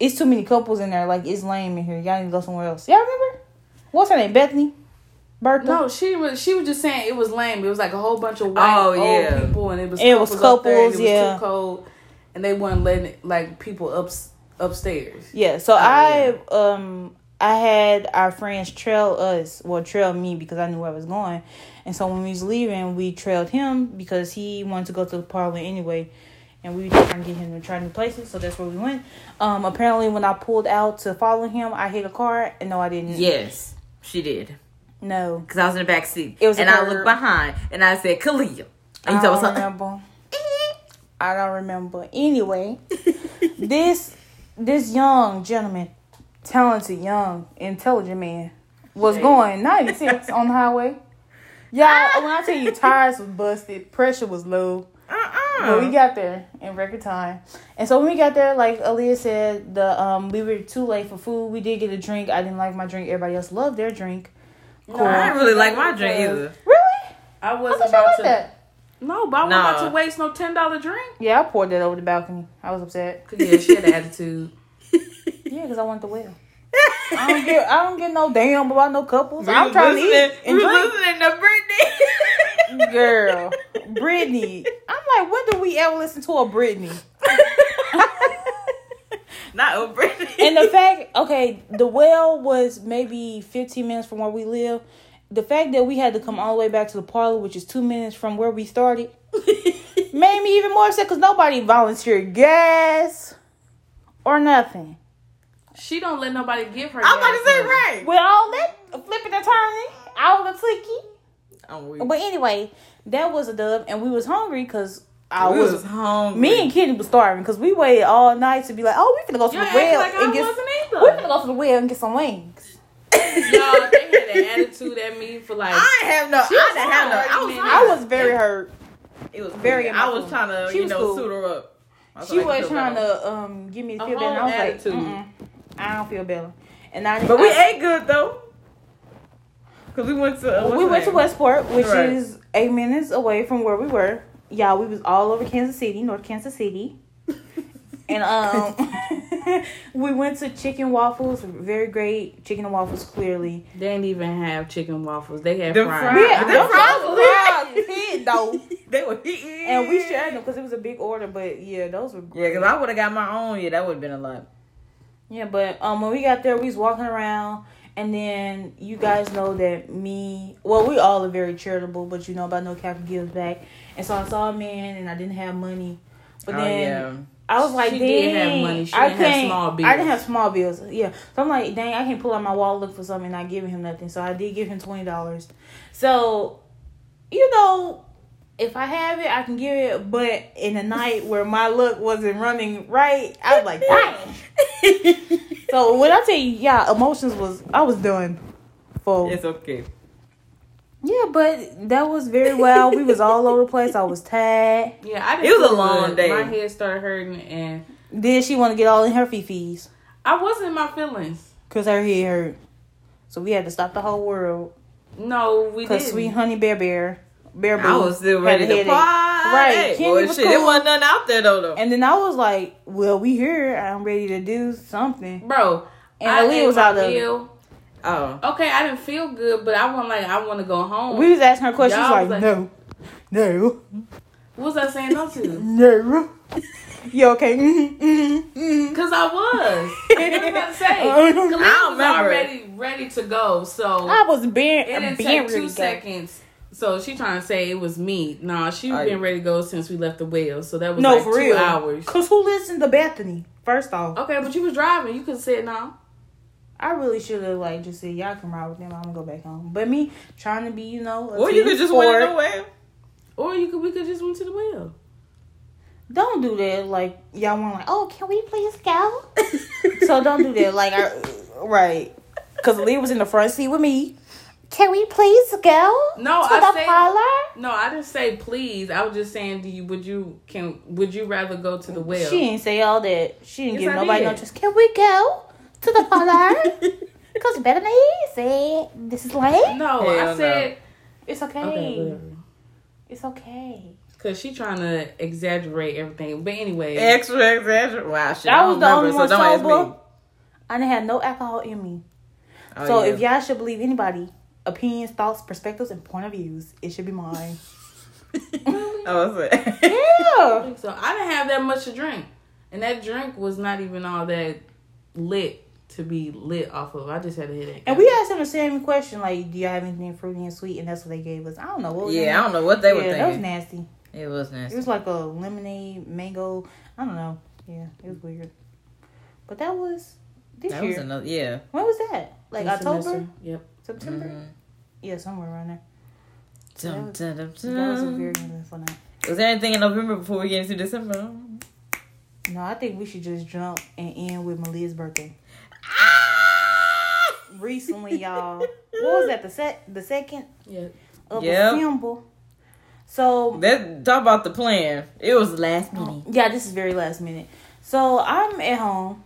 A: it's too many couples in there. Like, it's lame in here. Y'all need to go somewhere else. Y'all remember? What's her name? Bethany? Bertha?
B: No, she was she was just saying it was lame. It was like a whole bunch of white
C: Oh,
B: old
C: yeah.
B: people, and it was
A: It was
B: up there, and
A: couples,
B: it was
A: yeah.
B: too cold, and they weren't letting it, like people up upstairs.
A: Yeah,
C: Oh,
A: so I um I had our friends trail us, well trail me because I knew where I was going, and so when we was leaving, we trailed him because he wanted to go to the parlor anyway, and we were trying to get him to try new places, so that's where we went. Um, apparently when I pulled out to follow him, I hit a car, and no, I didn't.
C: Yes, she did.
A: no,
C: Cause I was in the back seat,
A: It was a
C: and I
A: curve.
C: looked behind, and I said, "Kalia." And
A: I
C: you
A: don't
C: told something.
A: remember. I don't remember. Anyway, this this young gentleman, talented, young, intelligent man, was going 96 on the highway. Y'all, when I tell you tires was busted, pressure was low.
C: Uh-uh.
A: But we got there in record time. And so when we got there, like Aaliyah said, the um we were too late for food. We did get a drink. I didn't like my drink. Everybody else loved their drink. Cool.
C: I didn't really like my drink either.
A: Really?
B: I
A: I thought
B: wasn't
A: y'all
B: about
A: liked
B: to.
A: that.
B: No, but I wasn't about
C: Nah.
B: to waste no ten dollar drink.
A: Yeah, I poured that over the balcony. I was upset.
B: 'Cause, Yeah, she had an attitude.
A: Yeah, because I want the whale. I don't get I don't get no damn about no couples. I'm trying to eat
C: Listening-
A: and
C: we
A: drink.
C: listening to Britney.
A: Girl, Britney. I'm like, when do we ever listen to a Britney?
C: Not oh, Britney.
A: And the fact, okay, the well was maybe 15 minutes from where we live. The fact that we had to come all the way back to the parlor, which is two minutes from where we started, made me even more upset because nobody volunteered gas or nothing.
B: She don't let nobody give her.
C: I'm about to
B: gas
C: say
B: money.
C: right.
A: With all that flipping and turning, all the clicky.
C: I'm weird.
A: But anyway, that was a dub, and we was hungry because I
C: we
A: was,
C: was, hungry.
A: me and Kenny was starving because we waited all night to be like, oh, we finna go to
B: Y'all
A: the
B: acting
A: well
B: like I
A: and get
B: wasn't either.
A: we finna go to the well and get some wings.
B: Y'all, they had an attitude at me for like.
C: I didn't have no. I
B: was
C: didn't have no. I
B: hungry,
C: was.
B: man.
A: I was very hurt.
C: It was
A: very
C: very. I was
A: emotional.
C: trying to,
A: She
C: you
A: was
C: know,
A: cool.
C: suit her up. That's
A: She
C: what I
A: was
C: feel
A: trying
C: about it.
A: to um get me to
C: A
A: feel better. And I was
C: whole attitude.
A: like, Mm-mm, I don't feel better. And I
C: But we
A: I,
C: ate good though. Cause we went to. Uh,
A: we went to Westport, which
C: Right.
A: is eight minutes away from where we were. Yeah, we was all over Kansas City, North Kansas City. And um, we went to chicken waffles. Very great chicken and waffles. Clearly,
B: They didn't even have chicken waffles. They had
C: The
B: fries.
C: fries.
A: Yeah,
C: the
A: them
C: fries
A: fries was hit, though,
C: They were eating.
A: and we shared them because it was a big order. But yeah, those were
C: Yeah, cause I would have got my own. Yeah, that would have been a lot.
A: Yeah, but um, when we got there, we was walking around, and then you guys know that me, well, we all are very charitable, but you know about no cap gives back, and so I saw a man, and I didn't have money, but
C: oh
A: then
C: yeah.
A: I was like,
B: She
A: dang,
B: did have money. She
A: I
B: didn't have
A: can't-
B: small
A: I
B: bills.
A: didn't have small bills. Yeah, so I'm like, dang, I can't pull out my wallet look for something, and not giving him nothing. So I did give him twenty dollars. So, you know. If I have it, I can give it. But in a night where my luck wasn't running right, I was like, dang. So when I tell you, yeah, emotions was I was done. For
C: It's okay.
A: yeah, but that was very well. We was all over the place. I was tired.
B: Yeah, I didn't
C: It was a
B: feel
C: long
B: good.
C: day.
B: My head started hurting, and
A: Then she want to get all in her fifis
B: I wasn't in my feelings.
A: because her head hurt. So we had to stop the whole world
B: No, we didn't.
A: because sweet honey bear bear bear. Boo
C: I was still
A: had
C: ready
A: a
C: to
A: headache.
C: party. Right.
A: Kenny
C: Boy,
A: was
C: shit,
A: cool.
C: it wasn't nothing out there though. though.
A: And then I was like, "Well, we here. I'm ready to do something."
B: bro.
A: And
B: I
A: the wheel
B: ate
A: was
B: my
A: out of it.
B: meal.
C: oh.
B: Okay, I didn't feel good, but I want like I want to go home.
A: We was asking her questions
B: Y'all
A: like,
B: was
A: "No, no,
B: what was I saying no to?
A: no." you okay? Mm-hmm, mm-hmm, mm-hmm.
B: Cause I was. I was about to say.
A: I don't
B: Khalid was
C: remember
B: already ready to go, so
A: I was being
B: it didn't
A: being
B: take two
A: really good.
B: seconds. So she trying to say it was me. Nah, she
C: Are
B: been
C: you-
B: ready to go since we left the wheel. So that was
A: No,
B: like
A: for
B: two
A: real.
B: hours.
A: Cause who listened to Bethany? First off,
B: Okay, but you was driving. You could have said no.
A: I really should have like just said y'all can ride with them. I'm gonna go back home. But me trying to be, you know, a
C: Or you
A: team
C: could just
A: sport,
C: went away.
B: Or you could we could just went to the wheel.
A: Don't do that. Like y'all want like, oh, can we please go? so don't do that. Like, I, right? Cause Lee was in the front seat with me. Can we please go?
B: No,
A: to
B: I
A: the
B: said-
A: parlor.
B: No, I didn't say please. I was just saying, do you would you can would you rather go to the well?
A: She didn't say all that. She didn't
B: Yes,
A: give
B: I
A: nobody no
B: did.
A: choice. Can we go to the parlor? Cause Bethany said this is late.
B: No,
C: Hell
B: I said
A: It's okay.
B: okay, whatever.
A: It's okay.
B: Cause she trying to exaggerate everything. But anyway,
C: Extra, extra. Wow, shit.
A: I
C: I
A: was
C: don't
A: the only
C: remember,
A: one
C: so don't ask
A: sober.
C: me.
A: I didn't have no alcohol in me.
C: Oh,
A: so
C: yeah.
A: if y'all should believe anybody, opinions, thoughts, perspectives, and point of views, it should be mine.
C: I was like,
B: I
A: yeah.
B: think so I didn't have that much to drink, and that drink was not even all that lit to be lit off of. I just had a headache.
A: And we asked them the same question, like, do y'all have anything fruity and sweet? And that's what they gave us. I don't know. What was
C: yeah, I
A: that?
C: don't know what they were
A: yeah, that was
C: thinking.
A: nasty.
C: it was
A: It
C: nasty.
A: was like a lemonade, mango. I don't know. Yeah, it was weird. But that was this
C: That
A: year.
C: was another. Yeah. Mm-hmm.
A: when was that? Like
B: This
A: October,
B: semester. Yep.
A: September? Yeah, somewhere around there.
C: Dum, dum, dum,
A: That was a
C: dum.
A: weird one for now.
C: Was there anything in November before we get into December?
A: No, I think we should just jump and end with Malia's birthday. Recently, y'all, what was that? The set, the second
B: Yeah.
A: of
C: Yep.
A: December. So
C: That talk about the plan. It was last
A: Oh,
B: Oh.
C: minute.
A: yeah, this is very last minute. So I'm at home,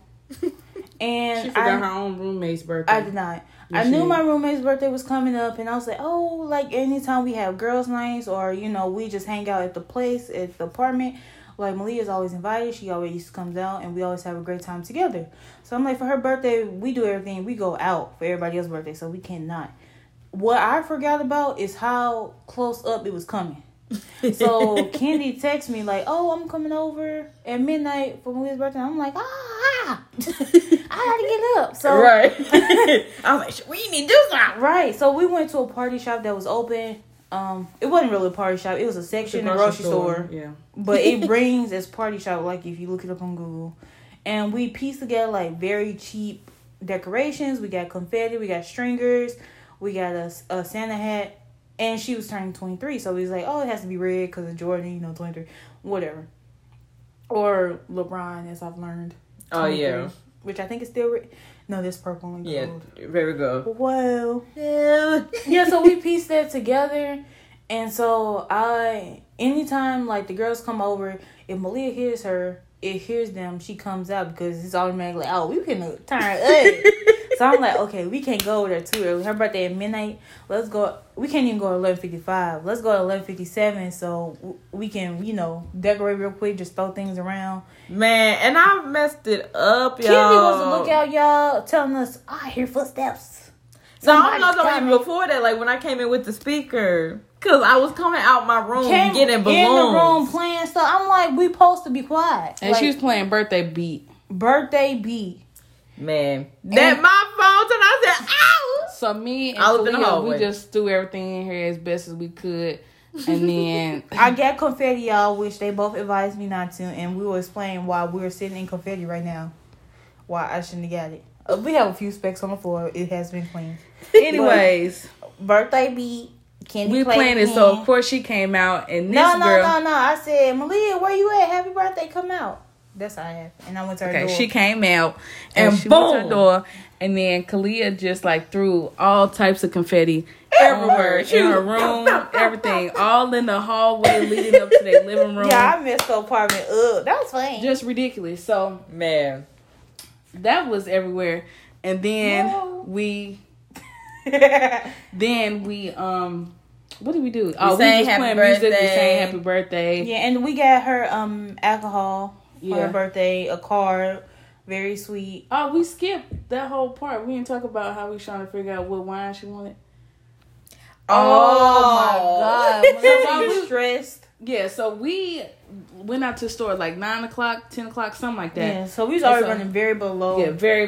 A: and
B: She forgot
A: I,
B: her own roommate's birthday.
A: I did not.
B: Yes,
A: I
B: she
A: knew
B: did.
A: my roommate's birthday was coming up, and I was like, oh, like anytime we have girls' nights or you know we just hang out at the place at the apartment. Like Malia's always invited. She always comes out, and we always have a great time together. So I'm like, for her birthday, we do everything. We go out for everybody else's birthday, so we cannot. What I forgot about is how close up it was coming. So Candy texts me like, "Oh, I'm coming over at midnight for Malia's birthday." I'm like, "Ah, I gotta get up." So
C: right. I was like, "Shit, we need to do something.
A: Right. So we went to a party shop that was open. Um, it wasn't really a party shop. It was a section in a grocery store,
B: Yeah.
A: but it brings as party shop. Like if you look it up on Google, and we pieced together like very cheap decorations. We got confetti. We got stringers. We got a, a Santa hat. And she was turning twenty three, so we was like, oh, it has to be red because of Jordan, you know, twenty three, whatever, or LeBron, as I've learned.
C: Oh, yeah.
A: 23, which I think is still red. No, that's purple and gold.
C: Yeah, there we go.
A: Well, yeah, so we pieced that together. And so I anytime like the girls come over, if Malia hears her, it hears them, she comes out because it's automatically oh we can turn up. so I'm like, okay, we can't go over there too early. Her birthday at midnight. Let's go. We can't even go at eleven fifty five. Let's go at eleven fifty seven so w- we can you know decorate real quick, just throw things around.
C: Man, and I messed it up, y'all.
A: Kenzie was a lookout, y'all, telling us I hear footsteps.
C: So I don't know
A: Somebody's
C: though, even
A: coming.
C: before that, like when I came in with the speaker, cause I was coming out my room
A: Came
C: getting balloons.
A: in the room playing stuff. I'm like, we supposed to be quiet.
B: And
A: like,
B: she was playing birthday beat.
A: birthday B.
C: Man, that my phone turned. I said, "Ow!"
B: So me and
C: I was in the
B: Kalia,
C: hallway.
B: we just threw everything in here as best as we could. And then
A: I got confetti, y'all, which they both advised me not to, and we will explain why we're sitting in confetti right now. Why I shouldn't have got it. Uh, we have a few specks on the floor. It has been cleaned.
B: anyways,
A: Birthday beat. Candy
B: we
A: plate
B: planned it, so
A: in.
B: of course she came out and this
A: No, no,
B: girl
A: no, no. I said, Malia, where you at? Happy birthday. Come out. That's how I have. And I went to her
B: Okay,
A: door.
B: she came out and,
A: And she
B: boom,
A: went to her
B: door, and then Kalia just like threw all types of confetti everywhere
A: Oh,
B: in her room, everything, all in the hallway leading up to their living room.
A: yeah, I messed the apartment up. That was funny.
B: just ridiculous. So
C: Man,
B: that was everywhere, and then
A: No.
B: we, then we um. What did we do? Oh, we
C: sang
B: just
C: happy
B: playing music. We
C: birthday.
B: sang happy birthday.
A: Yeah, and we got her um alcohol for
B: Yeah.
A: her birthday, a card, very sweet.
B: Oh, we skipped that whole part. We didn't talk about how we trying to figure out what wine she wanted.
A: Oh, my god,
B: So
A: I
B: why
A: was
B: we-
A: stressed.
B: Yeah, so we went out to the store like nine o'clock, ten o'clock, something like that.
A: Yeah, so we was already
B: so-
A: running very below.
B: Yeah, very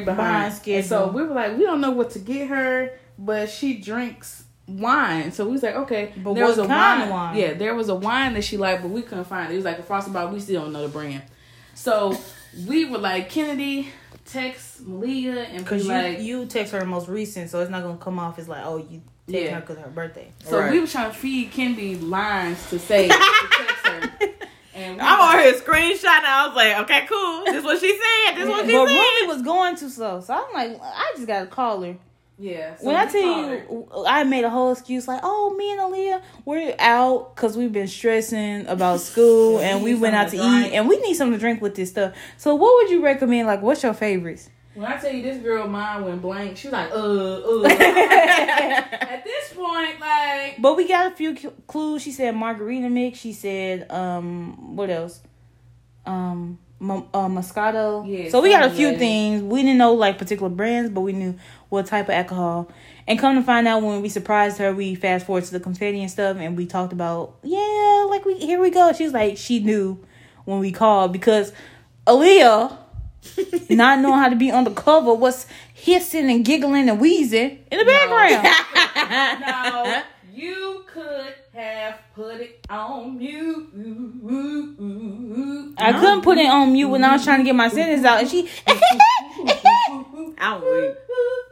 A: Behind
B: behind. And so
A: schedule.
B: we were like, we don't know what to get her, but she drinks wine. So we was like, okay,
A: But what kind of wine?
B: Yeah, there was a wine that she liked, but we couldn't find it. It was like a frosted bottle. We still don't know the brand. So we were like, Kennedy, text Malia, and be
A: Cause you
B: like,
A: you text her most recent, so it's not gonna come off as like oh you text
B: Yeah.
A: her because her birthday.
B: so
C: Right.
B: we were trying to feed Kennedy lines to say to text her. And we
C: I'm
B: like-
C: over here screenshotting. I was like, "Okay, cool. This what she said. This what
A: But
C: she said."
A: Rumi was going too slow, so I'm like I just gotta call her.
B: Yeah. so
A: when I
B: we
A: tell
B: called her.
A: you, I made a whole excuse like, "Oh, me and Aaliyah, we're out because we've been stressing about school, and we
B: need
A: went out to
B: something to
A: eat,
B: drink."
A: and we need something to drink with this stuff." So, what would you recommend? Like, what's your favorites?
B: When I tell you this girl mind went blank, she was like, uh, uh. At this point, like,
A: But we got a few cu- clues. She said margarita mix. She said, um, what else? Um, m- uh, Moscato.
B: Yeah,
A: so we got a
B: something
A: few
B: like-
A: things. We didn't know like particular brands, but we knew what type of alcohol. And come to find out, when we surprised her, we fast forward to the confetti and stuff, and we talked about yeah, like we here we go. She was like she knew when we called because Aaliyah. not knowing how to be undercover was hissing and giggling and wheezing in the background.
B: no, you could have put it on mute. Ooh, ooh, ooh, ooh.
A: I couldn't put it on mute when I was trying to get my sentence out, and she,
C: I'm weak.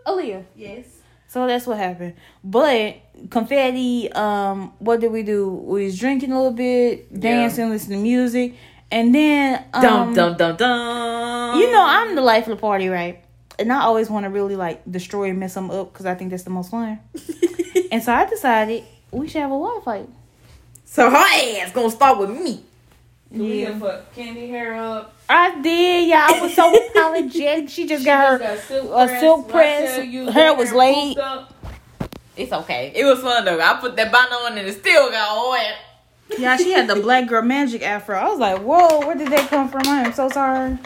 A: Aaliyah.
B: Yes.
A: So that's what happened. But confetti. Um, what did we do? We was drinking a little bit, dancing, listening to music, and then um,
C: Dum dum dum dum.
A: You know, I'm the life of the party, right? And I always want to really like destroy and mess them up because I think that's the most fun. and so I decided we should have a water fight.
C: so her ass gonna start with me.
B: Yeah. We put candy hair up.
A: I did, y'all. I was so apologetic. She just got her.
B: silk
A: a silk press.
B: When I tell you,
A: Hair
B: that
A: was
B: hair
A: laid.
B: poofed up.
C: It's okay. It was fun though. I put that bottle on and it still got oil.
A: Yeah, she had the black girl magic afro. I was like, whoa, where did that come from? I am so sorry.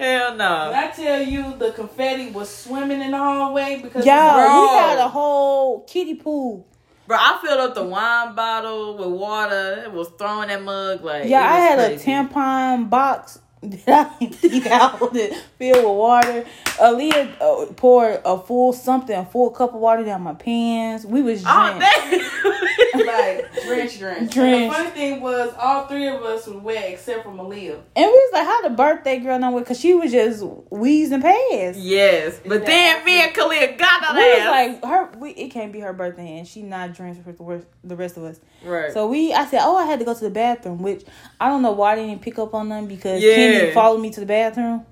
C: Hell no.
B: When I tell you, the confetti was swimming in the hallway because
A: Y'all, we
C: Bro.
A: got a whole kiddie pool.
C: Bro, I filled up the wine bottle with water. It was throwing that mug like.
A: Yeah,
C: it
A: I had
C: was crazy.
A: a tampon box that I emptied out it filled with water. Aaliyah uh, poured a full something, a full cup of water down my pants. We was
C: Oh,
A: drenched.
C: that.
B: like drench, drench. And
A: Drenched.
B: the funny thing was, all three of us were wet except for Malia.
A: and we was like, how the birthday girl know Because she was just wheezing past.
C: yes, but then me and Khalil got on
A: We was
C: that.
A: like, her, we, it can't be her birthday, and she not drenched with the worst- the rest of us.
C: right.
A: So we, I said, oh, I had to go to the bathroom, which I don't know why they didn't pick up on them because
C: Yeah.
A: Kenny followed me to the bathroom.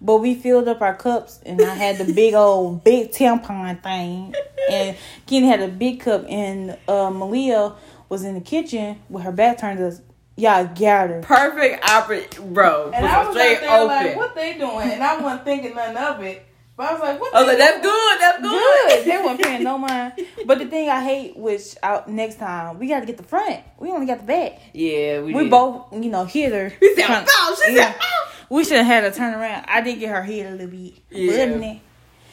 A: But we filled up our cups, and I had the big old big tampon thing, and Kenny had a big cup, and uh, Malia was in the kitchen with her back turned to us, y'all gathered.
C: Perfect oppor bro.
B: And I was out
C: straight
B: there like,
C: open.
B: what they doing? And I wasn't thinking nothing of it. But I was like, what
C: I was
B: they
C: like, that's good, that's
A: Good.
C: good.
A: They weren't paying no mind. But the thing I hate, which I, next time we got to get the front. We only got the back.
C: Yeah, we,
A: We
C: did.
A: both, you know, hit her.
C: We said,
A: Kinda-
C: "Bow." She said, "Oh."
A: Yeah.
C: "Bow."
A: We should have had her turn around. I did get her head a little bit.
C: Yeah.
A: But other than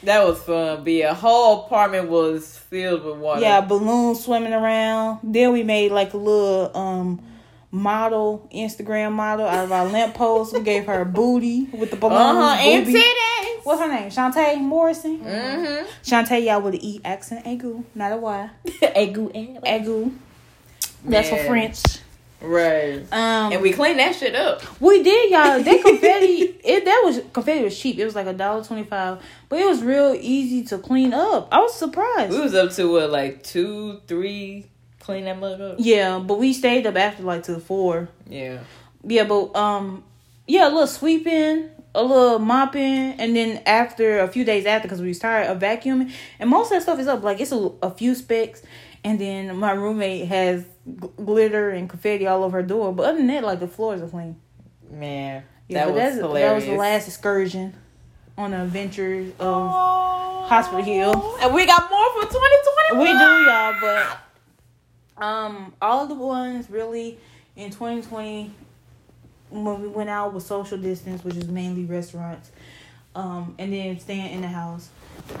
C: That was fun. Be a whole apartment was filled with
A: that,
C: water.
A: yeah, balloons swimming around. Then we made like a little um model, Instagram model out of our lamp post. We gave her a booty with the balloon.
C: Uh huh. And
A: booby.
C: titties.
A: What's her name? Shantae Morrison.
C: Mm-hmm.
A: Shantae, y'all with an E accent, agu, not a Y.
C: Egu and
A: Agu. That's for
C: Man.
A: French.
C: Right.
A: Um,
C: And we cleaned that shit up.
A: We did, y'all. That confetti, it that was confetti was cheap. It was like a dollar twenty five, but it was real easy to clean up. I was surprised.
C: We was up to what, like two, three, clean that mug up.
A: Yeah, but we stayed up after like till four.
C: Yeah.
A: Yeah, but um, yeah, a little sweeping, a little mopping, and then after a few days after, because we was tired, a vacuuming, and most of that stuff is up. Like it's a, a few specks, and then my roommate has gl- glitter and confetti all over her door. But other than that, like the floors are clean.
C: Man,
A: Yeah,
C: that
A: but
C: was
A: that's, that was
C: hilarious.
A: the last excursion on the adventures of Hospital Hill.
C: And we got more for 2021.
A: We do, y'all, but um, all the ones really in 2020 when we went out with social distance, which is mainly restaurants, um, and then staying in the house.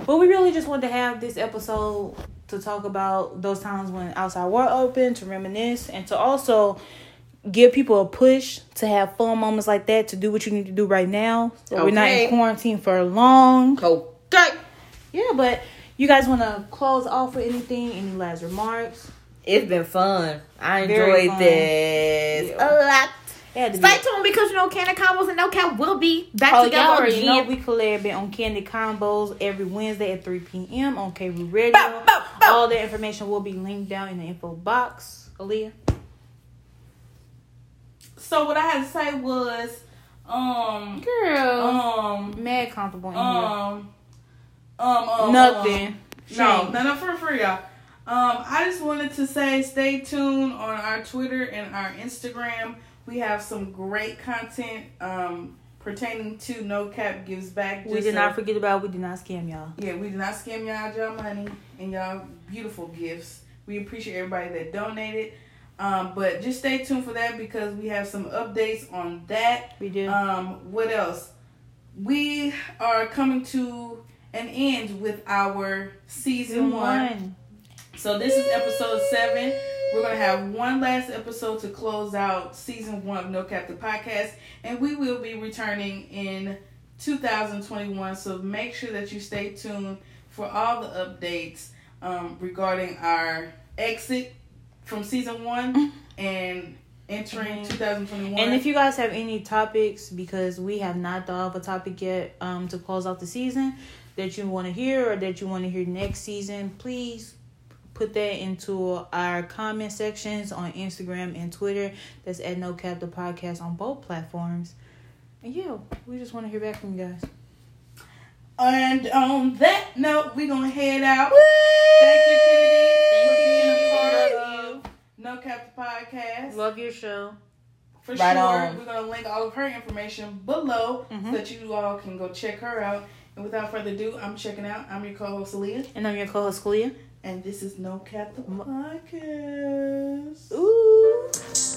A: But we really just wanted to have this episode to talk about those times when outside were open, to reminisce, and to also give people a push to have fun moments like that, to do what you need to do right now. So we're not
C: Okay.
A: in quarantine for long.
C: Okay.
A: Yeah, but you guys want to close off with anything? Any last remarks?
C: It's been fun. I
A: Very
C: enjoyed
A: fun.
C: this a lot.
A: It had to be-
C: Stay tuned because you know Candy Combos and No Cat will be back
A: Oh, y'all
C: together
A: already know
C: again.
A: we collabing on Candy Combos every Wednesday at 3 p.m. on KV Radio.
C: Bow, bow, bow.
A: All the information will be linked down in the info box. Aaliyah.
B: So what I had to say was, um,
A: Girl.
B: um,
A: Mad comfortable in
C: Oh,
A: here.
B: um, um, um,
A: Nothing.
B: um, no,
A: Shame.
B: no, no, for free, y'all. Um, I just wanted to say, stay tuned on our Twitter and our Instagram. We have some great content um pertaining to No Cap Gives Back.
C: oh.
A: We
B: Just
A: did
B: a-
A: not forget about, we did not scam y'all.
B: Yeah, we did not scam y'all y'all money and y'all beautiful gifts. We appreciate everybody that donated. Um, but just stay tuned for that because we have some updates on that.
A: We did.
C: Uh,
B: Um, what else? We are coming to an end with our season one. So this is episode seven. We're gonna have one last episode to close out season one of No Cap the podcast, and we will be returning in 2021. So make sure that you stay tuned for all the updates um, regarding our exit from season one and entering
A: Mhm.
B: 2021.
A: Mm-hmm. And if you guys have any topics, because we have not thought of a topic yet um, to close out the season that you want to hear or that you want to hear next season, please put that into our comment sections on Instagram and Twitter. That's at No Cap the Podcast on both platforms. And yeah, we just want to hear back from you guys.
B: and on that note, we're gonna head out. Thank you, Kennedy, for being a part of No Cap the podcast.
A: Love your show.
B: For
C: Right
B: sure.
C: on. Mm-hmm.
B: We're gonna link all of her information below
A: Mm-hmm.
B: so that you all can go check her out. And without further ado, I'm checking out. I'm your co-host Aaliyah,
A: And I'm your co host, Kalia.
B: and this is No Cap the Podcast.
A: Ooh.